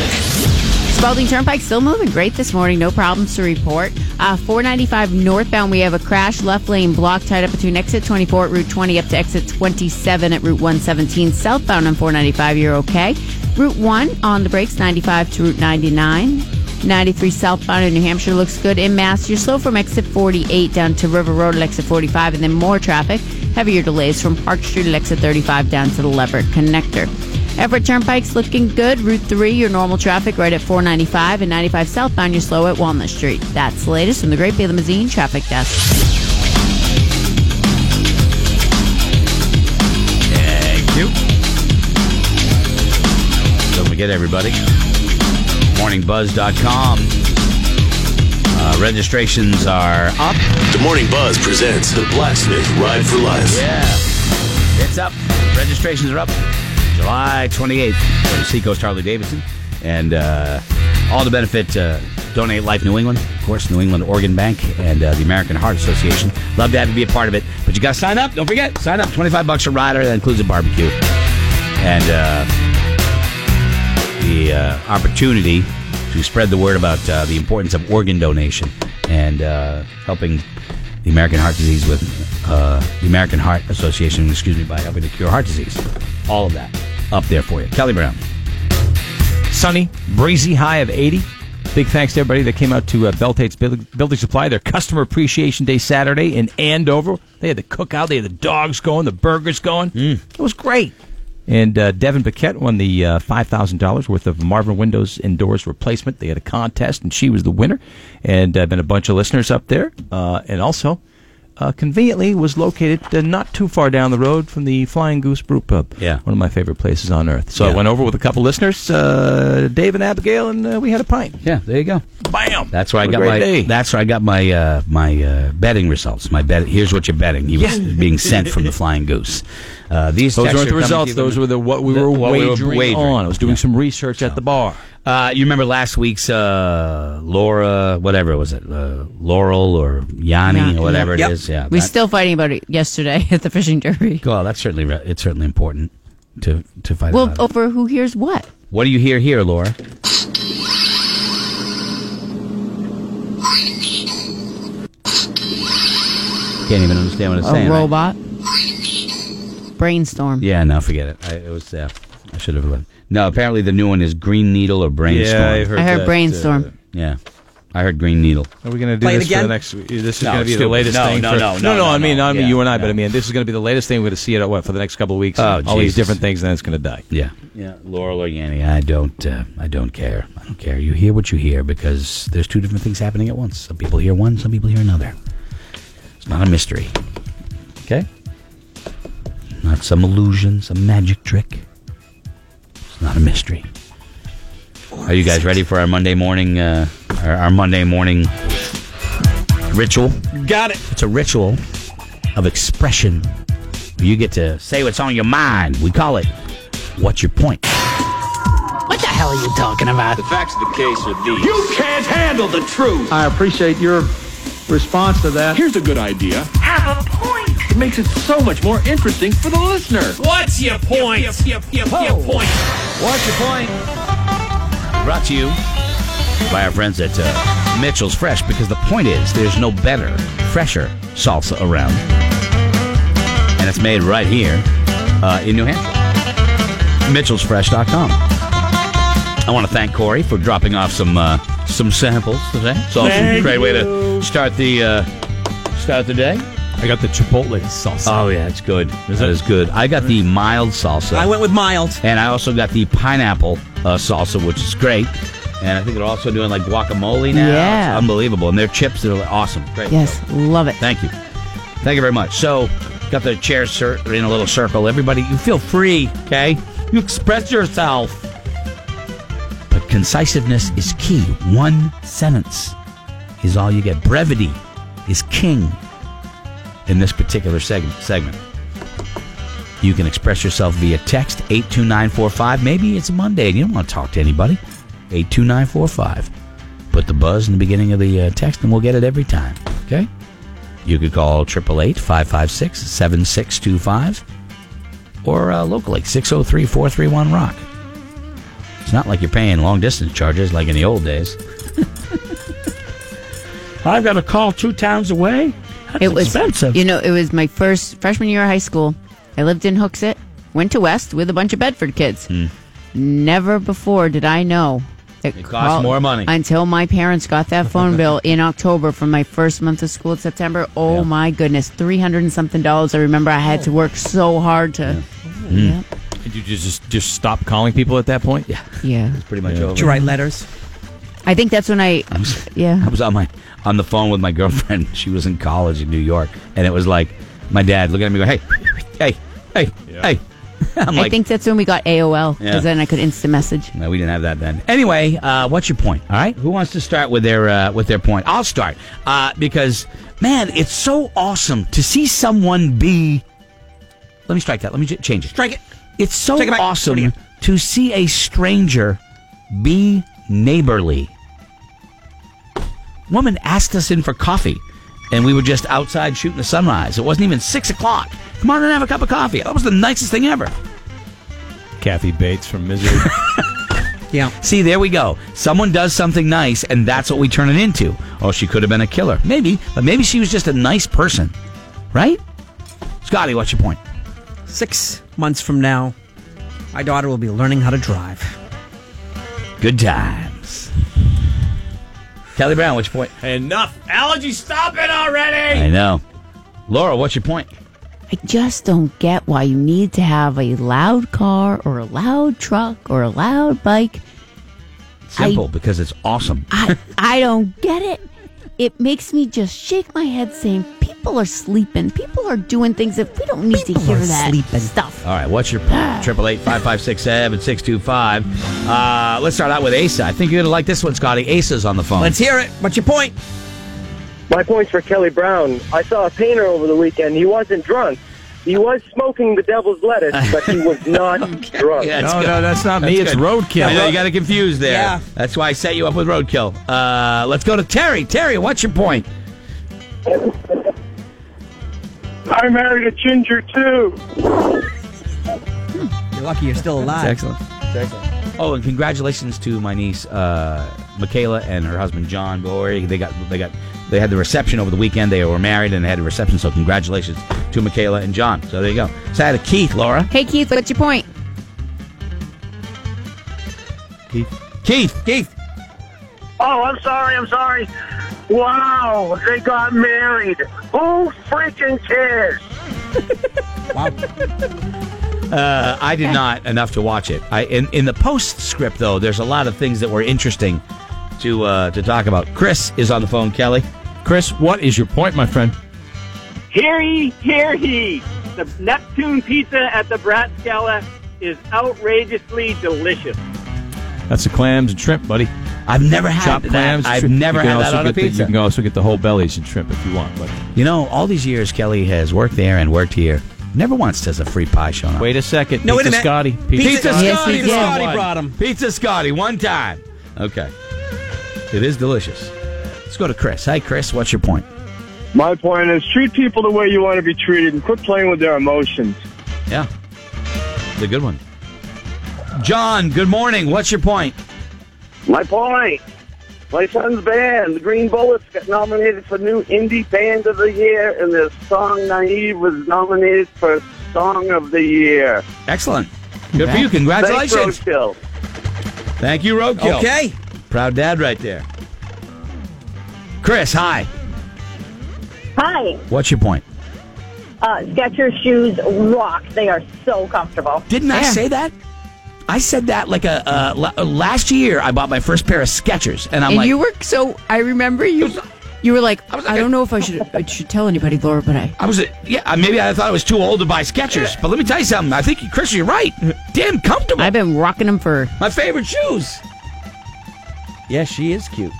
Spalding Turnpike still moving great this morning. No problems to report. Uh, 495 northbound, we have a crash. Left lane blocked, tied up between exit 24 at Route 20 up to exit 27 at Route 117. Southbound on 495, you're okay. Route 1 on the brakes, 95 to Route 99. 93 southbound in New Hampshire looks good. In Mass, you're slow from exit 48 down to River Road at exit 45, and then more traffic. Heavier delays from Park Street at exit 35 down to the Leverett connector. Everett Turnpike's looking good. Route 3, your normal traffic right at 495 and 95 southbound, you're slow at Walnut Street. That's the latest from the Great Bay Limousine Traffic Desk. Thank you. Don't forget, everybody, morningbuzz.com. Uh, registrations are up. The Morning Buzz presents the Blacksmith Ride for Life. Yeah. It's up. Registrations are up. July 28th from Seacoast Harley Davidson. And uh, all to benefit uh, Donate Life New England, of course, New England Organ Bank, and uh, the American Heart Association. Love to have you be a part of it. But you got to sign up. Don't forget, sign up. 25 bucks a rider. That includes a barbecue. And uh, the uh, opportunity to spread the word about uh, the importance of organ donation and uh, helping the American Heart Disease with uh, the American Heart Association, excuse me, by helping to cure heart disease. All of that up there for you. Kelly Brown. sunny, breezy high of 80. Big thanks to everybody that came out to uh, Beltate's Building Building Supply, their Customer Appreciation Day Saturday in Andover. They had the cookout, they had the dogs going, the burgers going. It was great. And uh, Devin Paquette won the uh, $5,000 worth of Marvin Windows and Doors replacement. They had a contest, and she was the winner. And uh, been a bunch of listeners up there. Uh, and also, uh, conveniently, was located uh, not too far down the road from the Flying Goose Brew Pub. Yeah. One of my favorite places on earth. So Yeah. I went over with a couple listeners, uh, Dave and Abigail, and uh, we had a pint. Yeah, there you go. Bam! That's where I What got a great my. day. That's where I got my uh, my uh, betting results. My bet. Here's what you're betting. He was Yeah. being sent from the flying goose. Uh, these Those texts weren't the are coming results. to you- Those were the what we The- were what we were wagering, wagering. on. I was doing Yeah. some research at the bar. Uh, you remember last week's uh, Laura, whatever was it, uh, Laurel or Yanni Yeah. or whatever Yep. it is. Yeah, We're that- still fighting about it yesterday at the fishing derby. Well, that's certainly re- it's certainly important to to fight. Well, oh. about it. over who hears what? What do you hear here, Laura? Can't even understand what it's saying. A right? robot? Brainstorm. Yeah, no, forget it. I, it was. Uh, I should have. looked. No, apparently the new one is Green Needle or Brainstorm. I heard brainstorm. Yeah, I heard Green Needle. Are we going to do Play it this for again? the next? This is No, going to be the stupid. latest No, thing. no, for, no, no, no, no, I mean, no. I mean, Yeah, you and I, yeah. but I mean, this is going to be the latest thing we're going to see it what for the next couple of weeks. Oh, all these Jesus. different things, and then it's going to die. Yeah, yeah. Laurel or Yanni, I don't. Uh, I don't care. I don't care. You hear what you hear because there's two different things happening at once. Some people hear one. Some people hear another. It's not a mystery. Okay. Not some illusion, some magic trick. It's not a mystery. Are you guys ready for our Monday morning? Uh, our, our Monday morning ritual. Got it. It's a ritual of expression. You get to say what's on your mind. We call it "What's Your Point." What the hell are you talking about? Facts of the case are these. I appreciate your response to that. Here's a good idea. have a point. It makes it so much more interesting for the listener. What's your point? Your, your, your, your point. What's your point? Brought to you by our friends at uh, Mitchell's Fresh because the point is there's no better, fresher salsa around. And it's made right here uh, in New Hampshire. Mitchell'sFresh.com. I want to thank Corey for dropping off some uh, some samples today. It's also a great way to start the uh, start the day. I got the Chipotle salsa. Oh yeah, it's good. that is good. I got the mild salsa. I went with mild. And I also got the pineapple uh, salsa, which is great. And I think they're also doing like guacamole now. Yeah. It's unbelievable. And their chips, they're awesome. Great. Yes, love it. Thank you. Thank you very much. So, got the chairs cir- in a little circle. Everybody, you feel free, okay? You express yourself. But conciseness is key. One sentence is all you get. Brevity is king in this particular seg- segment. You can express yourself via text 82945. Maybe it's a Monday and you don't want to talk to anybody. 82945. Put the buzz in the beginning of the uh, text and we'll get it every time. Okay? You could call 888 556 oh 7625 or uh, locally 603 431 Rock. It's not like you're paying long distance charges like in the old days. I've got to call two towns away. That's it was expensive. You know, it was my first freshman year of high school. I lived in Hooksett, went to West with a bunch of Bedford kids. Never before did I know that Hmm. It costs more money. until my parents got that phone bill in October from my first month of school in September. Oh my goodness, three hundred and something dollars! I remember I had to work so hard to. Yeah, Did you just just stop calling people at that point? Yeah. yeah. pretty much over. Did you write letters? I think that's when I. Yeah. I was on my on the phone with my girlfriend. She was in college in New York, and it was like my dad looking at me going, "Hey, hey, hey, hey." I'm I like, think that's when we got AOL because Yeah. then I could instant message. no, we didn't have that then. Anyway, uh, what's your point? All right, who wants to start with their uh, with their point? I'll start uh, because man, it's so awesome to see someone be. Let me strike that. Let me j- change it. Strike it. It's so Take it back. awesome Do it to see a stranger be neighborly. Woman asked us in for coffee, and we were just outside shooting the sunrise. It wasn't even six o'clock. Come on and have a cup of coffee. That was the nicest thing ever. Kathy Bates from Misery. Yeah. See, there we go. Someone does something nice, and that's what we turn it into. Oh, she could have been a killer. Maybe, but maybe she was just a nice person, right? Scotty, what's your point? Six months from now, my daughter will be learning how to drive. Good times. Kelly Brown, what's your point? Enough. Allergy, stop it already. I know. Laura, what's your point? I just don't get why you need to have a loud car or a loud truck or a loud bike. Simple, because it's awesome. I I don't get it. It makes me just shake my head saying people are sleeping. People are doing things that we don't need to hear that stuff. All right, what's your point? Triple eight five five six seven six two five. Uh, let's start out with Asa. I think you're gonna like this one, Scotty. Asa's on the phone. Let's hear it. What's your point? My point's for Kelly Brown. I saw a painter over the weekend. He wasn't drunk. He was smoking the devil's lettuce, but he was not drunk. Yeah, No, no, that's Uh, not me. It's good. roadkill. I know you got it confused there. Yeah. That's why I set you up with roadkill. Uh, let's go to Terry. Terry, what's your point? I married a ginger too. You're lucky you're still alive. excellent. Oh, and congratulations to my niece uh, Michaela and her husband John Glory. They got they got they had the reception over the weekend. They were married and had a reception. So congratulations to Michaela and John. So there you go. So I had a Keith, Laura. Hey Keith, what's your point? Keith, Keith. Oh, I'm sorry. I'm sorry. Wow, they got married. Who freaking cares? Uh, I did not enough to watch it. I in in the postscript though. There's a lot of things that were interesting to uh, to talk about. Chris is on the phone. Kelly. Chris, what is your point, my friend? Hear ye, hear ye. The Neptune pizza at the Brat Scala is outrageously delicious. That's the clams and shrimp, buddy. I've never had Chopped that. clams. I've shrimp. never You can had that also on a get the- pizza. you can also get the whole bellies and shrimp if you want. But You know, all these years Kelly has worked there and worked here. Never once has a free pie shown up. wait a second. No, wait pizza a minute. Scotty. Pizza Scotty. Yes, he Scotty did. brought Scotty one. brought 'em. Pizza Scotty, one time. Okay. It is delicious. Let's go to Chris. Hi, Chris. What's your point? My point is treat people the way you want to be treated and quit playing with their emotions. Yeah. It's a good one. John, good morning. What's your point? My point. My son's band, the Green Bullets, got nominated for new indie band of the year, and their song "Naive" was nominated for song of the year. Excellent. Good for you. Congratulations. Thanks, Roadkill. Thank you, Roadkill. Okay. Proud dad right there. Chris, hi. Hi. What's your point? Uh, Skechers shoes rock. They are so comfortable. Didn't I say that? I said that like a uh, la- uh, last year. I bought my first pair of Skechers, and I'm and like, you were so I remember you you were like, I, don't know if I should I should tell anybody, Laura, but I I was, yeah, I- maybe I thought I was too old to buy Skechers, but let me tell you something. I think, Chris, you're right. Damn comfortable. I've been rocking them for my favorite shoes. Yeah, she is cute.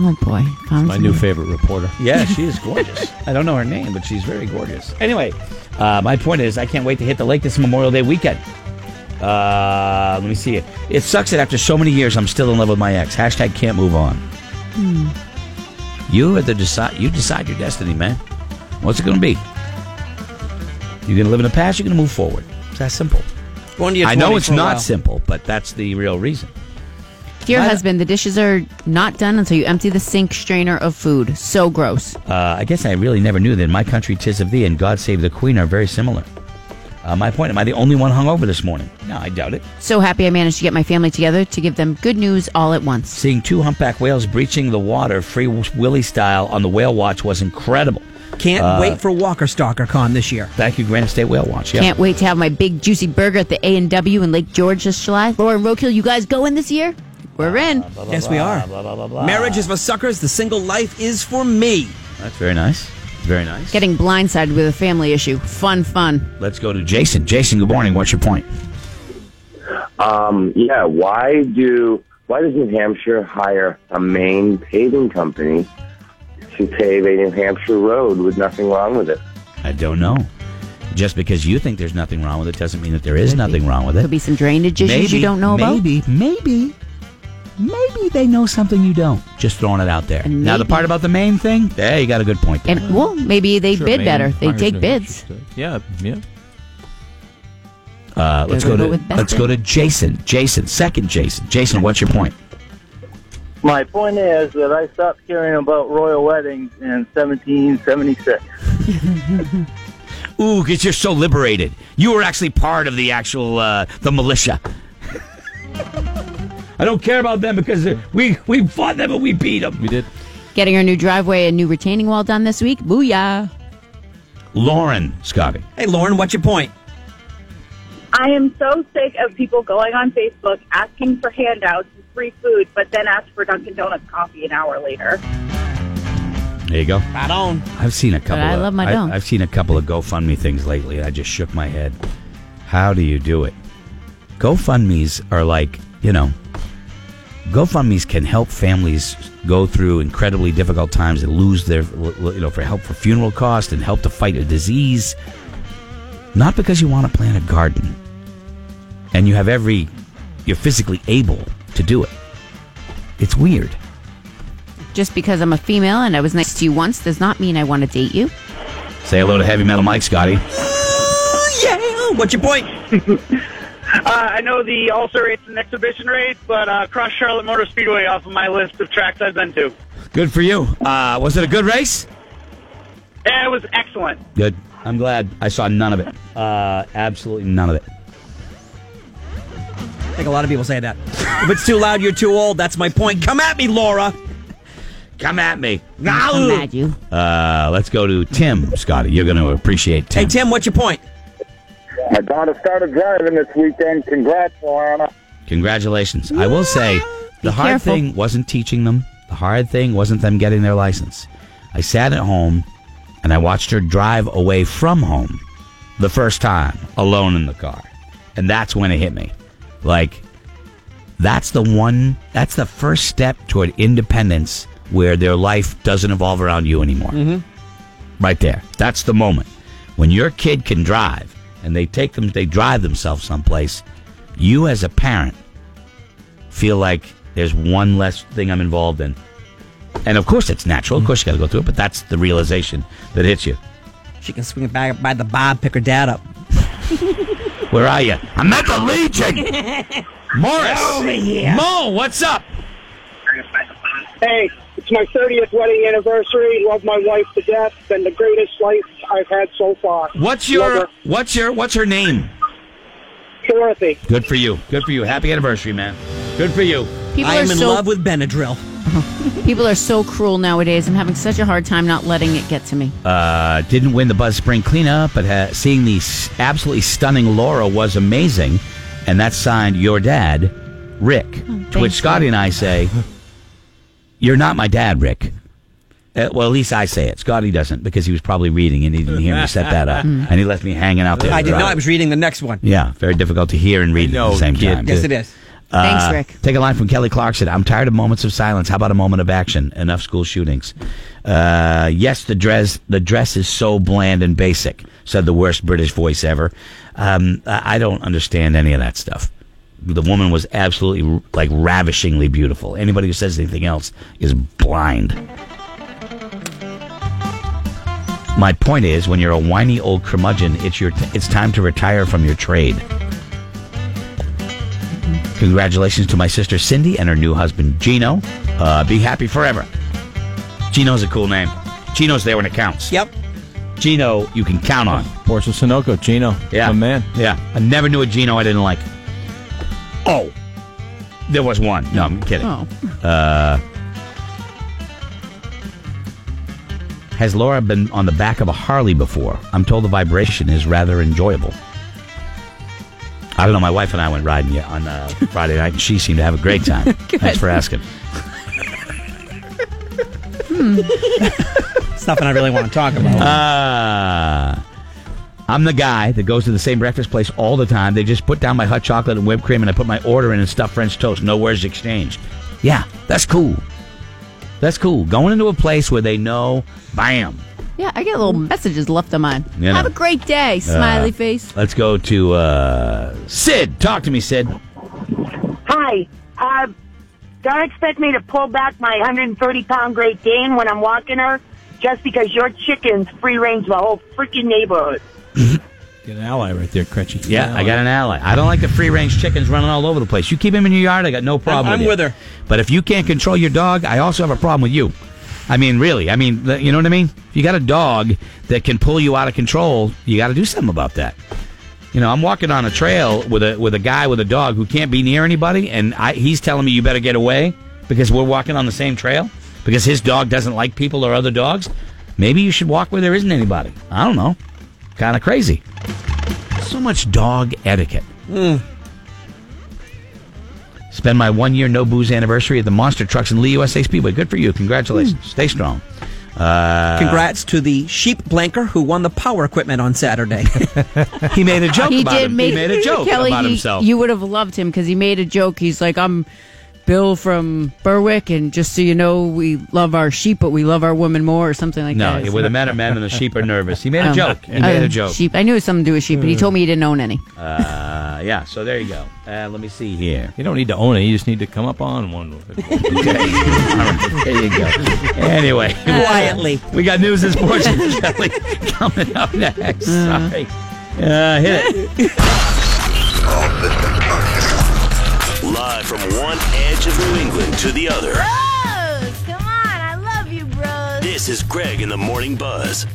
oh boy. Found My new favorite reporter. Yeah, she is gorgeous. I don't know her name, but she's very gorgeous. Anyway, uh, my point is, I can't wait to hit the lake this Memorial Day weekend. Uh, let me see it. It sucks that after so many years, I'm still in love with my ex. Hashtag can't move on. Hmm. You at the decide. You decide your destiny, man. What's it going to be? You're going to live in the past. You're going to move forward. It's that simple. Going to your I know 20 it's for a not while. simple, but that's the real reason. your I- husband, the dishes are not done until you empty the sink strainer of food. So gross. Uh, I guess I really never knew that My Country Tis of Thee and God Save the Queen are very similar. Uh, my point, am I the only one hungover this morning? No, I doubt it. So happy I managed to get my family together to give them good news all at once. Seeing two humpback whales breaching the water, free Willy style, on the whale watch was incredible. Can't Uh, wait for Walker Stalker Con this year. Thank you, Granite State Whale Watch. Yeah. Can't wait to have my big juicy burger at the A and W in Lake George this July. Laura and Roadkill, you guys going this year? We're in. Uh, yes, we are. Marriage is for suckers. The single life is for me. That's very nice. Very nice. Getting blindsided with a family issue. Fun, fun. Let's go to Jason. Jason, good morning. What's your point? Um, yeah, why do why does New Hampshire hire a Maine paving company to pave a New Hampshire road with nothing wrong with it? I don't know. Just because you think there's nothing wrong with it doesn't mean that there is nothing wrong with it. Could be some drainage issues Maybe, you don't know about. maybe, maybe, maybe they know something you don't. Just throwing it out there. Now, the part about the main thing, there you got a good point. There. And well, maybe they Sure, bid maybe. better. They Fires take no bids. Yeah, yeah. Uh, let's go Gotta to go with best let's bid. go to Jason. Jason, second Jason. Jason, what's your point? My point is that I stopped caring about royal weddings in 1776. Ooh, because you're so liberated. You were actually part of the actual uh, the militia. I don't care about them because they're- we we fought them and we beat them. We did. Getting our new driveway and new retaining wall done this week. Booyah. Lauren Scotty. Hey, Lauren, what's your point? I am so sick of people going on Facebook asking for handouts and free food, but then ask for Dunkin' Donuts coffee an hour later. There you go. Right on. I've seen a couple. I of, love my dome. I, have seen a couple of GoFundMe things lately, and I just shook my head. How do you do it? GoFundMe's are like you know. GoFundMe's can help families go through incredibly difficult times and lose their, you know, for help for funeral costs and help to fight a disease. Not because you want to plant a garden and you have every, you're physically able to do it. It's weird. Just because I'm a female and I was nice to you once does not mean I want to date you. Say hello to Heavy Metal Mike, Scotty. Oh, yeah. What's your point? Uh, I know the also race and exhibition race, but uh, Cross Charlotte Motor Speedway off of my list of tracks I've been to. Good for you. Uh, was it a good race? Yeah, it was excellent. Good. I'm glad I saw none of it. Uh, absolutely none of it. I think a lot of people say that. if it's too loud, you're too old. That's my point. Come at me, Laura. Come at me. Come at you. Uh, let's go to Tim, Scotty. You're going to appreciate Tim. Hey, Tim, what's your point? My daughter started driving this weekend. Congrats, Alana. Congratulations. I will say the hard careful. thing wasn't teaching them. The hard thing wasn't them getting their license. I sat at home and I watched her drive away from home the first time alone in the car. And that's when it hit me. Like, that's the one, that's the first step toward independence where their life doesn't evolve around you anymore. Right there. That's the moment. When your kid can drive and they take them, they drive themselves someplace, you as a parent feel like there's one less thing I'm involved in. And of course, it's natural. Of course, you got to go through it, but that's the realization that hits you. She can swing it back by the bob, pick her dad up. Where are you? I'm at the Legion. Morris. over here. Mo, what's up? Hey, it's my 30th wedding anniversary. Love my wife to death. Been the greatest life I've had so far. Love What's your her. what's your what's her name? Dorothy? Good for you. Good for you. Happy anniversary, man. Good for you. People are so- with Benadryl. People are so cruel nowadays. I'm having such a hard time not letting it get to me. Uh, didn't win the Buzz Spring cleanup, but ha- seeing the s- absolutely stunning Laura was amazing, and that's signed your dad, Rick. Hmm, to which Scotty and I say, "You're not my dad, Rick." Uh, well, at least I say it. Scotty doesn't because he was probably reading and he didn't hear me set that up, Mm. and he left me hanging out there. I did Right. not. I was reading the next one. Yeah, very difficult to hear and read at the same time. Yes, too. it is. Uh, Take a line from Kelly Clarkson. I'm tired of moments of silence. How about a moment of action? Enough school shootings. Uh, yes, the dress the dress is so bland and basic. Said the worst British voice ever. Um, I I don't understand any of that stuff. The woman was absolutely like ravishingly beautiful. Anybody who says anything else is blind. My point is, when you're a whiny old curmudgeon, it's your it's time to retire from your trade. Congratulations to my sister Cindy and her new husband Gino. Uh, be happy forever. Gino's a cool name. Gino's there when it counts. Yep. Gino, you can count on. Portia Sunoco, Gino. Yeah. My man. Yeah. I never knew a Gino I didn't like. Oh. There was one. No, I'm kidding. Oh. Uh, has Laura been on the back of a Harley before? I'm told the vibration is rather enjoyable. I don't know. My wife and I went riding yeah, on uh, Friday night, and she seemed to have a great time. Thanks for asking. It's nothing I really want to talk about. Ah. I'm the guy that goes to the same breakfast place all the time. They just put down my hot chocolate and whipped cream, and I put my order in and stuff French toast. No words exchanged. Yeah, that's cool. That's cool. Going into a place where they know, bam. Yeah, I get little messages left on mine. You know. Have a great day, smiley Uh, face. Let's go to uh, Sid. Talk to me, Sid. Hi. Uh, don't expect me to pull back my 130 pound Great Dane when I'm walking her just because your chickens free range the whole freaking neighborhood. Get an ally right there, Crunchy. Yeah, I got an ally. I don't like the free range chickens running all over the place. You keep them in your yard, I got no problem. I'm you. with her. But if you can't control your dog, I also have a problem with you. I mean, really. I mean, th- you know what I mean? If you got a dog that can pull you out of control, you got to do something about that. You know, I'm walking on a trail with a with a guy with a dog who can't be near anybody, and I, he's telling me you better get away because we're walking on the same trail because his dog doesn't like people or other dogs. Maybe you should walk where there isn't anybody. I don't know. Kind of crazy. So much dog etiquette. Spend my one year no booze anniversary at the Monster Trucks in Lee USA Speedway. Good for you. Hmm. Congratulations. Stay strong. Uh, Congrats to the sheep blanker who won the power equipment on Saturday. he made a joke he did make Kelly, he- You would have loved him because he made a joke. He's like, I'm Bill from Berwick, and just so you know, we love our sheep, but we love our women more, or something like No, that. it would have met a man and the sheep are nervous. He made Uh-huh. a Um, joke. He uh, made a joke. Sheep. I knew it was something to do with sheep, but he told me he didn't own any. Uh, yeah, so there you go. Uh, let me see here. You don't need to own it. You just need to come up on one. there you go. Anyway, Uh-huh. Quietly. we got news and sports with Kelly coming up next. Uh-huh. Sorry. Uh, hit it. Live from one edge of New England to the other. Bros, come on, I love you, bros. This is Greg in the Morning Buzz.